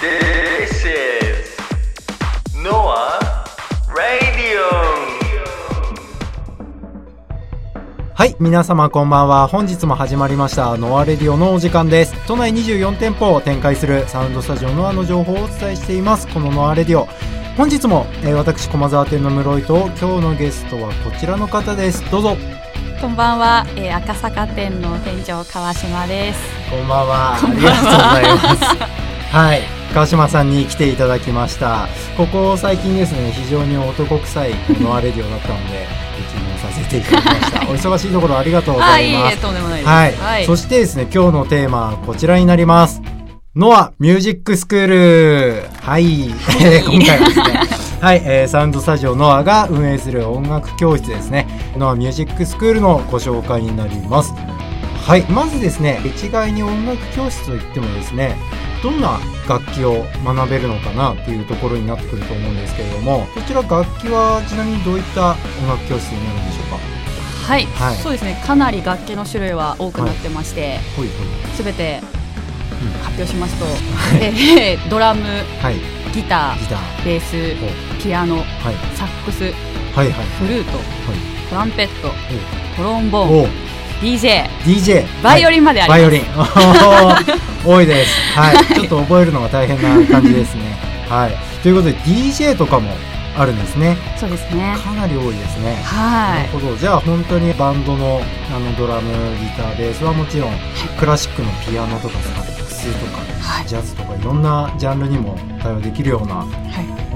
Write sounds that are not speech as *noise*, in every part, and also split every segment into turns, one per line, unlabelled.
This is Noah Radio.
はい、皆様こんばんは。本日も始まりました、ノアレディオのお時間です。都内24店舗を展開するサウンドスタジオノアの情報をお伝えしています。このノアレディオ。本日も、えー私、駒沢店の室井と、今日のゲストはこちらの方です。どうぞ。
こんばんは、えー、赤坂店の店長川島です。
こんばんは。ありがとうございます。 *laughs* はい。川島さんに来ていただきました。ここ最近ですね、非常に男臭いノアレディオだったので、一任させていただきました。お忙しいところありがとうございます。
とんでもない
はい、そしてですね、今日のテーマはこちらになります。ノアミュージックスクールはい、えー *laughs* 今回はですね、はい、えーサウンドスタジオノアが運営する音楽教室ですね、ノアミュージックスクールのご紹介になります。はい、まずですね、一概に音楽教室といってもですね、どんな楽器を学べるのかなっていうところになってくると思うんですけれども、こちら楽器はちなみにどういった音楽教室になるんでしょうか
はい、
はい
そうですね。かなり楽器の種類は多くなってまして、
ほいほい。
す、べ、て
うん
発表しますと、
い
えー *laughs* ドラム、
はい、
ギタ
ギター。
ー、ベース、
ほう
ピアノ、
はい、
サックス、
はいはい
フルート、トランペット、トロンボ
お
ーン、
お
DJ、
DJ
バイオリンまであ
はい
りま
バ
す。
イオリンおー多いです
*laughs*
はいちょっと覚えるのが大変な感じですねはいということで DJ とかもあるんですね
そうですね。
かなり多いですね
は
ないる。ほどじゃあ本当にバンドのあのドラムギターベースはもちろんクラシックのピアノとかサックスとか
はい
ジャズとかいろんなジャンルにも対応できるような
はい、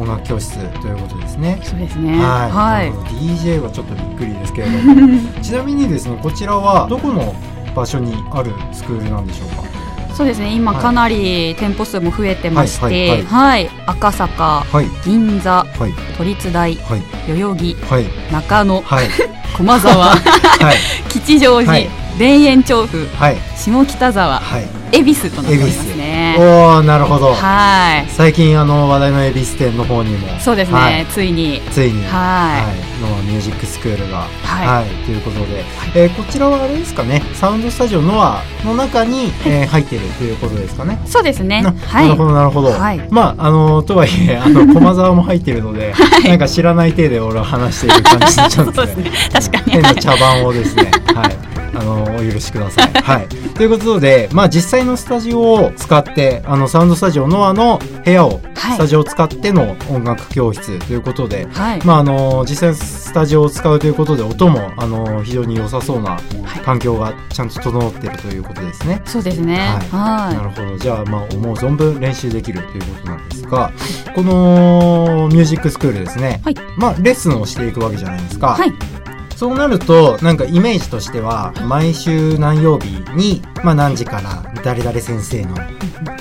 音楽教室ということですね
そうですね。
はい、
は
DJ はちょっとびっくりですけれども
*laughs*
ちなみにですねこちらはどこの場所にあるスクールなんでしょうか
い。そうですね。今
はい
かなり店舗数も増えてまして、
は
はいい、
はい
赤坂、
はい
銀座、
はい
都立大、
はい
代々木、
はい
中野、
はい *laughs*
駒沢、
はい
吉祥寺、
はい
田園調布、 *laughs*
はい
下北沢、
はい
恵比寿となっておりますね。
おおなるほど
は
最近あの話題の恵比寿店の方にも
い、そうですね。
はい
ついに、
ついに
はい
ノアミュージックスクールが
はい
ということで、えーこちらはあれですかねサウンドスタジオノアの中に、えー入ってるということですかね
そうですね。
な
は
なるほ
い、
どなるほど、
はい
まああのとはいえあ
*laughs*
の駒沢も入ってるので、なんか知らない体で俺は話している感じになっち
*laughs*
ゃうんですね
確かに
変な茶番をですねはいあのお許しください、はい、ということで、まあ、実際のスタジオを使ってあのサウンドスタジオノアの部屋を、
はい
スタジオを使っての音楽教室ということで、
はい、
まああの実際のスタジオを使うということで音もあの非常に良さそうな環境がちゃんと整っているということですね。
そうですね。
はい、な
は
るほどじゃあ、まあ、思う存分練習できるということなんですがこのミュージックスクールですね、
はい
まあ、レッスンをしていくわけじゃないですか、
い、はい、
そうなるとなんかイメージとしては毎週何曜日に、まあ、何時から誰々先生の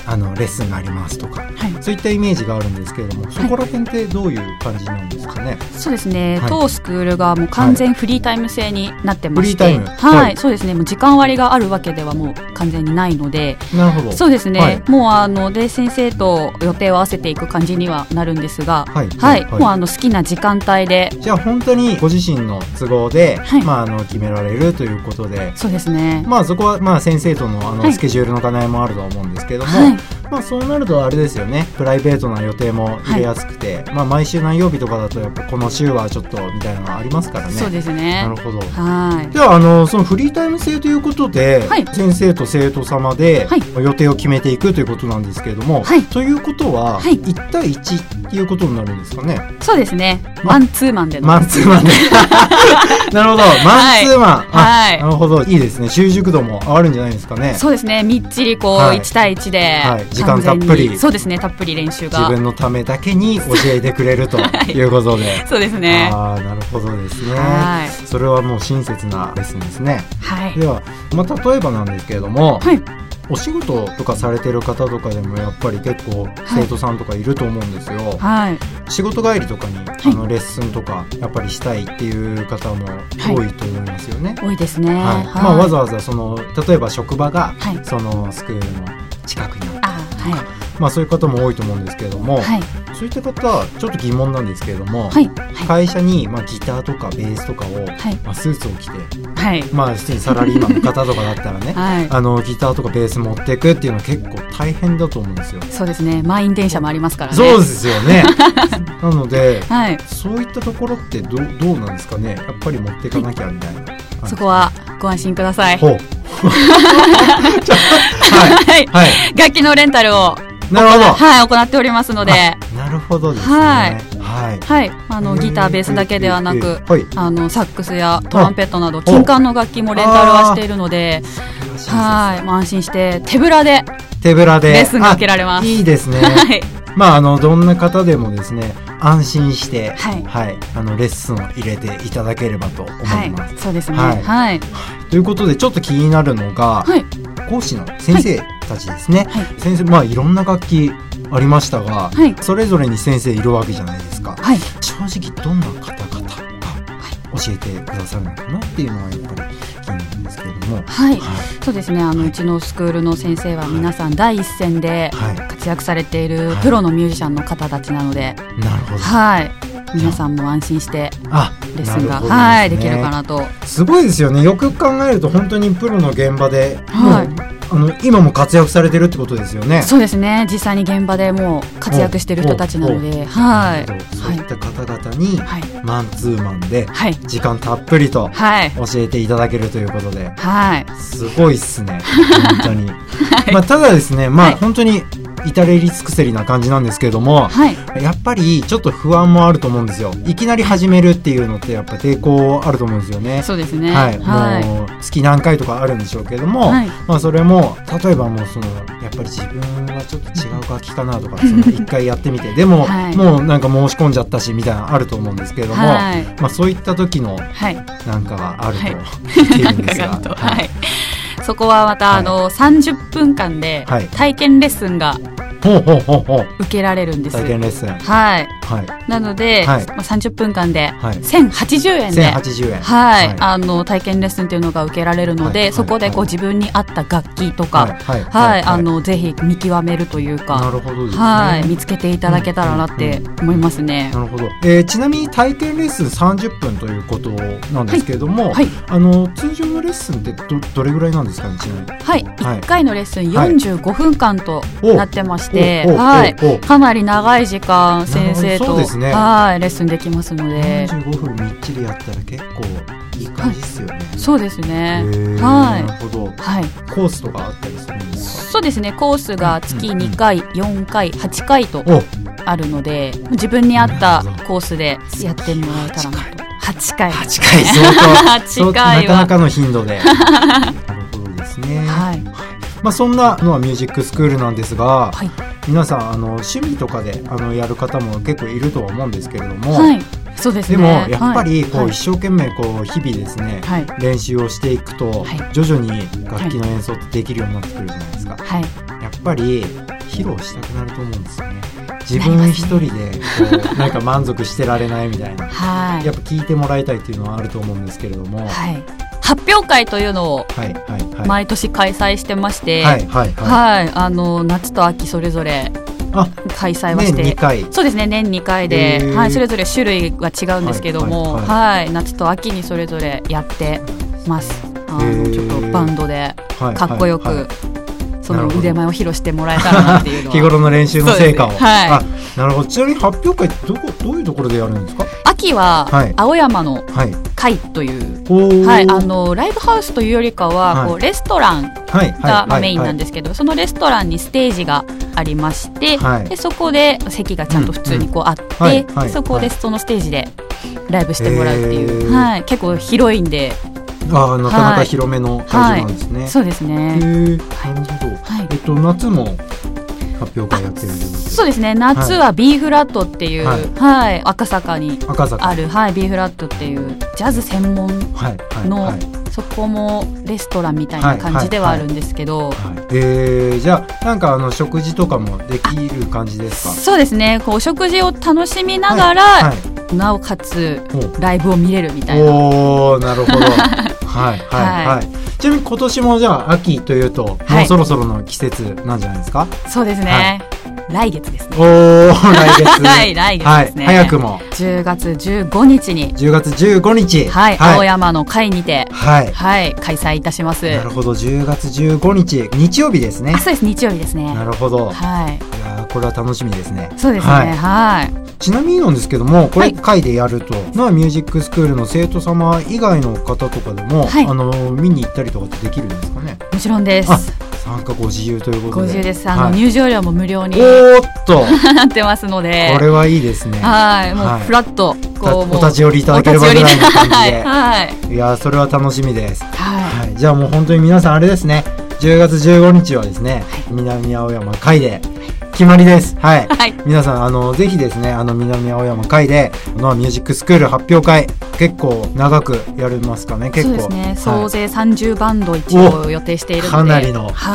あのレッスンがありますとか
はい。
そういったイメージがあるんですけれどもそこら辺ってどういう感じなんですかね、
そうですね、
はい
当スクールがもう完全フリータイム制になってまして、
フリータイム
はい、
はい
そうですね、もう時間割があるわけではもう完全にないので、
なるほど
そうですね、
はい
もうあので先生と予定を合わせていく感じにはなるんですが、
はい
はい、
はい
もうあの好きな時間帯で、
じゃあ本当にご自身の都合で、
はい
まあ、あの決められるということで
そうですね、
まあそこはまあ先生とのあ
は
の
い
スケジュールの課題もあると思うんですけれども、
はい
まあそうなるとあれですよねプライベートな予定も入れやすくて、まあ毎週何曜日とかだとやっぱこの週はちょっとみたいなのがありますからね。
そうです
な
ね
る、ほど。
はい、
ではあのそのフリータイム制ということで、
はい
先生と生徒様で
はい
予定を決めていくということなんですけれども、
はい
ということは、
はい
1対1っていうことになるんですかね
そうですね、
ま
マンツーマンでの、
マンツーマ
*laughs*
ンでなるほどマンツーマン、
はい
あなるほどいいですね習熟度も上がるんじゃないですかね
そうですね、みっちりこう、
はい
1対1で、
はい時間たっぷり
完全にそうですね、たっぷり練習
自
が、
分のためだけに教えてくれる
*laughs*
ということで。
そうですね、
ああ、なるほどですね。
はい
それはもう親切なレッスンですね。
はい
で。は、まあ、例えばなんですけれども、
はい、
お仕事とかされてる方とかでもやっぱり結構生徒さんとかいると思うんですよ。
はい、
仕事帰りとかに、あのレッスンとかやっぱりしたいっていう方も多いと思いますよね。
多いですね。
はいまあ、わざわざその例えば職場が、
はい
そのスクールの近くにある
あはい。
まあ、そういう方も多いと思うんですけれども、
はい
そういった方ちょっと疑問なんですけれども、
はいは
会社に、まあ、ギターとかベースとかを、
い
まあ、スーツを着て、
はい
まあ、普通にサラリーマンの方とかだったらね
*laughs* はい
あのギターとかベース持ってくっていうのは結構大変だと思うんですよ。
そうですね満員電車もありますからね
そうですよ
*laughs*
ねなので
はい
そういったところってどうどうなんですかねやっぱり持っていかなきゃみたいな。はい
そこはご安心ください
ほうちょは
はい
い、はい、
楽器のレンタルを
なるほど。
はい行っておりますので
あなるほどですね。
はい
はい。
はいあのギターベースだけではな
え
く
ーはい。
あのサックスやトランペットなど
お
金管の楽器もレンタルはしているので
は
はいまあ安心して手ぶらで
い。手ぶらで。
レッスンが受けられます
あいいですね。
はい
まあ、あの、どんな方でもですね、安心して、
はい
あの、レッスンを入れていただければと思
はい
ます。
いそうですね
は
はいいはい
ということで、ちょっと気になるのが、講師の先生たちですね。
はい
先生、まあ、いろんな楽器ありましたが、
はい
それぞれに先生いるわけじゃないですか。
はい
正直どんな方々が教えてくださるのかなっていうのはやっぱり気になるんですけれども。
はい
は
そうですねあのうちのスクールの先生は皆さん第一線で
い。は
活躍されている
はい
プロのミュージシャンの方たちなので
い。なるほど。
はい皆さんも安心して
あ、
レッスン
なる
が
ほどすね
はいできるか。なと
すごいですよね。よくよく考えると本当にプロの現場で、
はい
もうあの今も活躍されてるってことですよね。
そうですね実際に現場でもう活躍している人たちなのではい
なるほどそう
はい
いった方々に、
はい
マンツーマンで
はい
時間たっぷりと
はい
教えていただけるということで、
はい
すごいっすね。本当に。まあただですね、まあ、
はい
本当に至れり尽くせりな感じなんですけれども、
はい
やっぱりちょっと不安もあると思うんですよ。いきなり始めるっていうのってやっぱ抵抗あると思うんですよね。
そうですね
はい、
はい
もう月何回とかあるんでしょうけれども、
はい
まあそれも例えばもうそのやっぱり自分はちょっと違う楽器かなと
*laughs*
かその一回やってみてでも、
はい
もうなんか申し込んじゃったしみたいなのあると思うんですけれども、
はい
まあそういった時の
はい
なんかがあると
はい
聞いているんです
伺 *laughs*
が、
うとはいそこはまた、
はい
あの30分間で
はい
体験レッスンが
ほうほうほうほう
受けられるんです
体験レッスン
はい
はい
なので、
はい
まあ、30分間で
はい
1080円で、はい
1080円
あの体験レッスンっていうのが受けられるので、
はいはい
そこでこう自分に合った楽器と
はい
か、
はい
はいあのぜひ見極めるという
な
か、
るほどですね
はい、見つけていただけたらなって思いますね。
なるほど、えーちなみに体験レッスン30分ということなんですけれども、
はい、
あの通常のレッスンってどどれぐらいなんですかねちなみに
はい、
はい
1回のレッスン
はい
45分間と
お
なってまして、
おお
はい、
おお
かなり長い時間先生
なるほどそう
と、
ですね
はいレッスンできますので、
45分みっちりやったら結構いい感じですよね、
そうです
へ
ね
ー。
は
なるほど
い、はい、
コースとかあったりするんですか
そうですねコースが月
うん
2回、4回8回と
お
あるので自分に合っ
な
た
るほど
コースでやってもらえたらなと8回
8回 *laughs* 相当相当な
8回は
かなかの頻 *laughs* 度でなるほどですね、
はい
まあ、そんなのはミュージックスクールなんですが、
はい
皆さんあの趣味とかであのやる方も結構いるとは思うんですけれども、
はいそうですね
でもやっぱりこ
は
う
い
一生懸命こう日々ですね、
はい
練習をしていくと
はい
徐々に楽器の演奏ってできるようになってくるじゃないですか
はい
やっぱり披露したくなると思うんですよね自
なります
分
ね
一人でこう *laughs* なんか満足してられないみたいな
はい
やっぱ聞いてもらいたいっていうのはあると思うんですけれどもはい
はい発表会というのを
はいは
毎年開催してまして
いはいはいはい
はいあの夏と秋それぞれ
あ
開催は
年
して
2回
そうですね年2回
へ
で
ー
はいそれぞれ種類は違うんですけども
はいは
はい夏と秋にそれぞれやってますあ
へ
の
ー
ちょっとバンドで
はい
かっこよ
はいは
く
い
そ
なる
の
ほど
腕前を披露してもらえたらなっていうの
*laughs*
は
日頃の練習の成果を、
そうですねはい
あなるほどちなみに発表会どこどういうところでやるんですか
秋
はい
は青山の
はい
会という、
おー
はい、あのライブハウスというよりか
は
はいこうレストラン
はい
がまあメインなん
で
ですけどそのレストランにステージがありまして
はい
でそこで席がちゃんと普通にこうあっ
うんはい
て
はい
でそこ
は
で
い
そのステージでライブしてもらうってい
へ
う、
ー
はい、結構広いんで
ああなかなか広めの会場なんですね、
そうです
へ
ね。
えなるほど
はい
えっと夏も発表会やってるんです
そうですね夏は B フラットっていう、
は
はいい赤坂に
赤坂
ある、はい、B フラットっていうジャズ専門
はいはい
の、
はい
そこもレストランみたいな感じではあるんですけど、
はいえー、じゃあなんかあの食事とかもできる感じですか
そうですねこうお食事を楽しみながら、
はい、
なおかつ
お
ライブを見れるみたいな。
おーな
*laughs*
るほどはいはいはい、ちなみに今年もじゃあ秋というと、
は
も
い *laughs*
うそろそろの季節なんじゃないですか
そうですね、来月ですね。
おー、来月。
*laughs* はい、来月
は
で
い
す、ね。
早くも。
10月15日に、
10月15日。
はい、青
はい。
山の会にて、
はい。
はい、開催いたします。
なるほど、10月15日、日曜日ですね
あ、。そうです、日曜日ですね
な。るほど。い
はい。
やーこれは楽しみですね。
そうですね、
はい
はい。
ちなみになんですけども、こ
は
れ
い
会でやると、なあミュージックスクールの生徒様以外の方とかでも、
はい
あの見に行ったりとかってできるんですかね。
もちろんです。
あ参加ご自由ということ
50
で。
です。あの、
はい
入場料も無料にな
おーっと、
ってますので
こ、れはいいですね。
はい、もう
はい
フラッと、
た
こう、もう
お立ち寄りいただければぐらいの感じで。
はい、はい、
いやーそれは楽しみです。
は
は
い、
い、じゃあもう本当に皆さんあれですね。10月15日はですね、南青山会で決まりです。はい。
はい
皆さん、あの、ぜひですね、あの、南青山会で、ノアミュージックスクール発表会、結構長くやれますかね、結
そう
構。
ですね。
は
総
い
勢30バンド一応予定しているので、
かなりのバンドさん、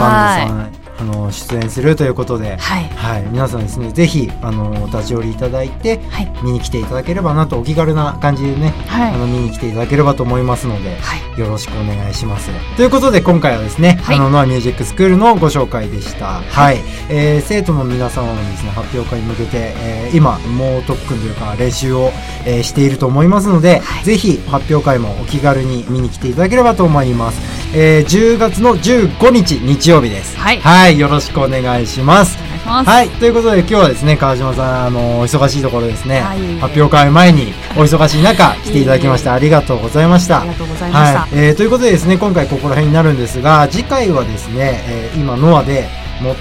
はい、
あの、出演するということで、
はい、
はい、皆さんですね、ぜひ、あの、お立ち寄りいただいて、
はい、
見に来ていただければなと、お気軽な感じでね、
はい
あの、見に来ていただければと思いますので、
はい、
よろしくお願いします。ということで今回はですね、
はい
あのノアミュージックスクールのご紹介でした。はい、えー生徒の皆様のですね発表会に向けて、えー今もう特訓というか練習を、えーしていると思いますので、
はい
ぜひ発表会もお気軽に見に来ていただければと思います。えー10月の15日日曜日です。
はい
よろしくお願いします。
お願いします。
はい、ということで今日はですね川島さんあのお忙しいところですね、
はい
発表会前にお忙しい中来ていただきましてありがとうございました
あり。がとうございました。
はい、えーということでですね今回ここら辺になるんですが次回はですね、えー今ノアで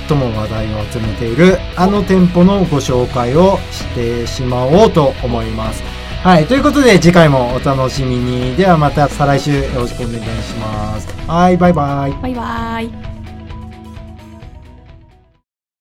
最も話題を集めているあの店舗のご紹介をしてしまおうと思います。はい、ということで次回もお楽しみに。ではまた再来週よろしくお願いします。はい、バイバイ。
バイバイ。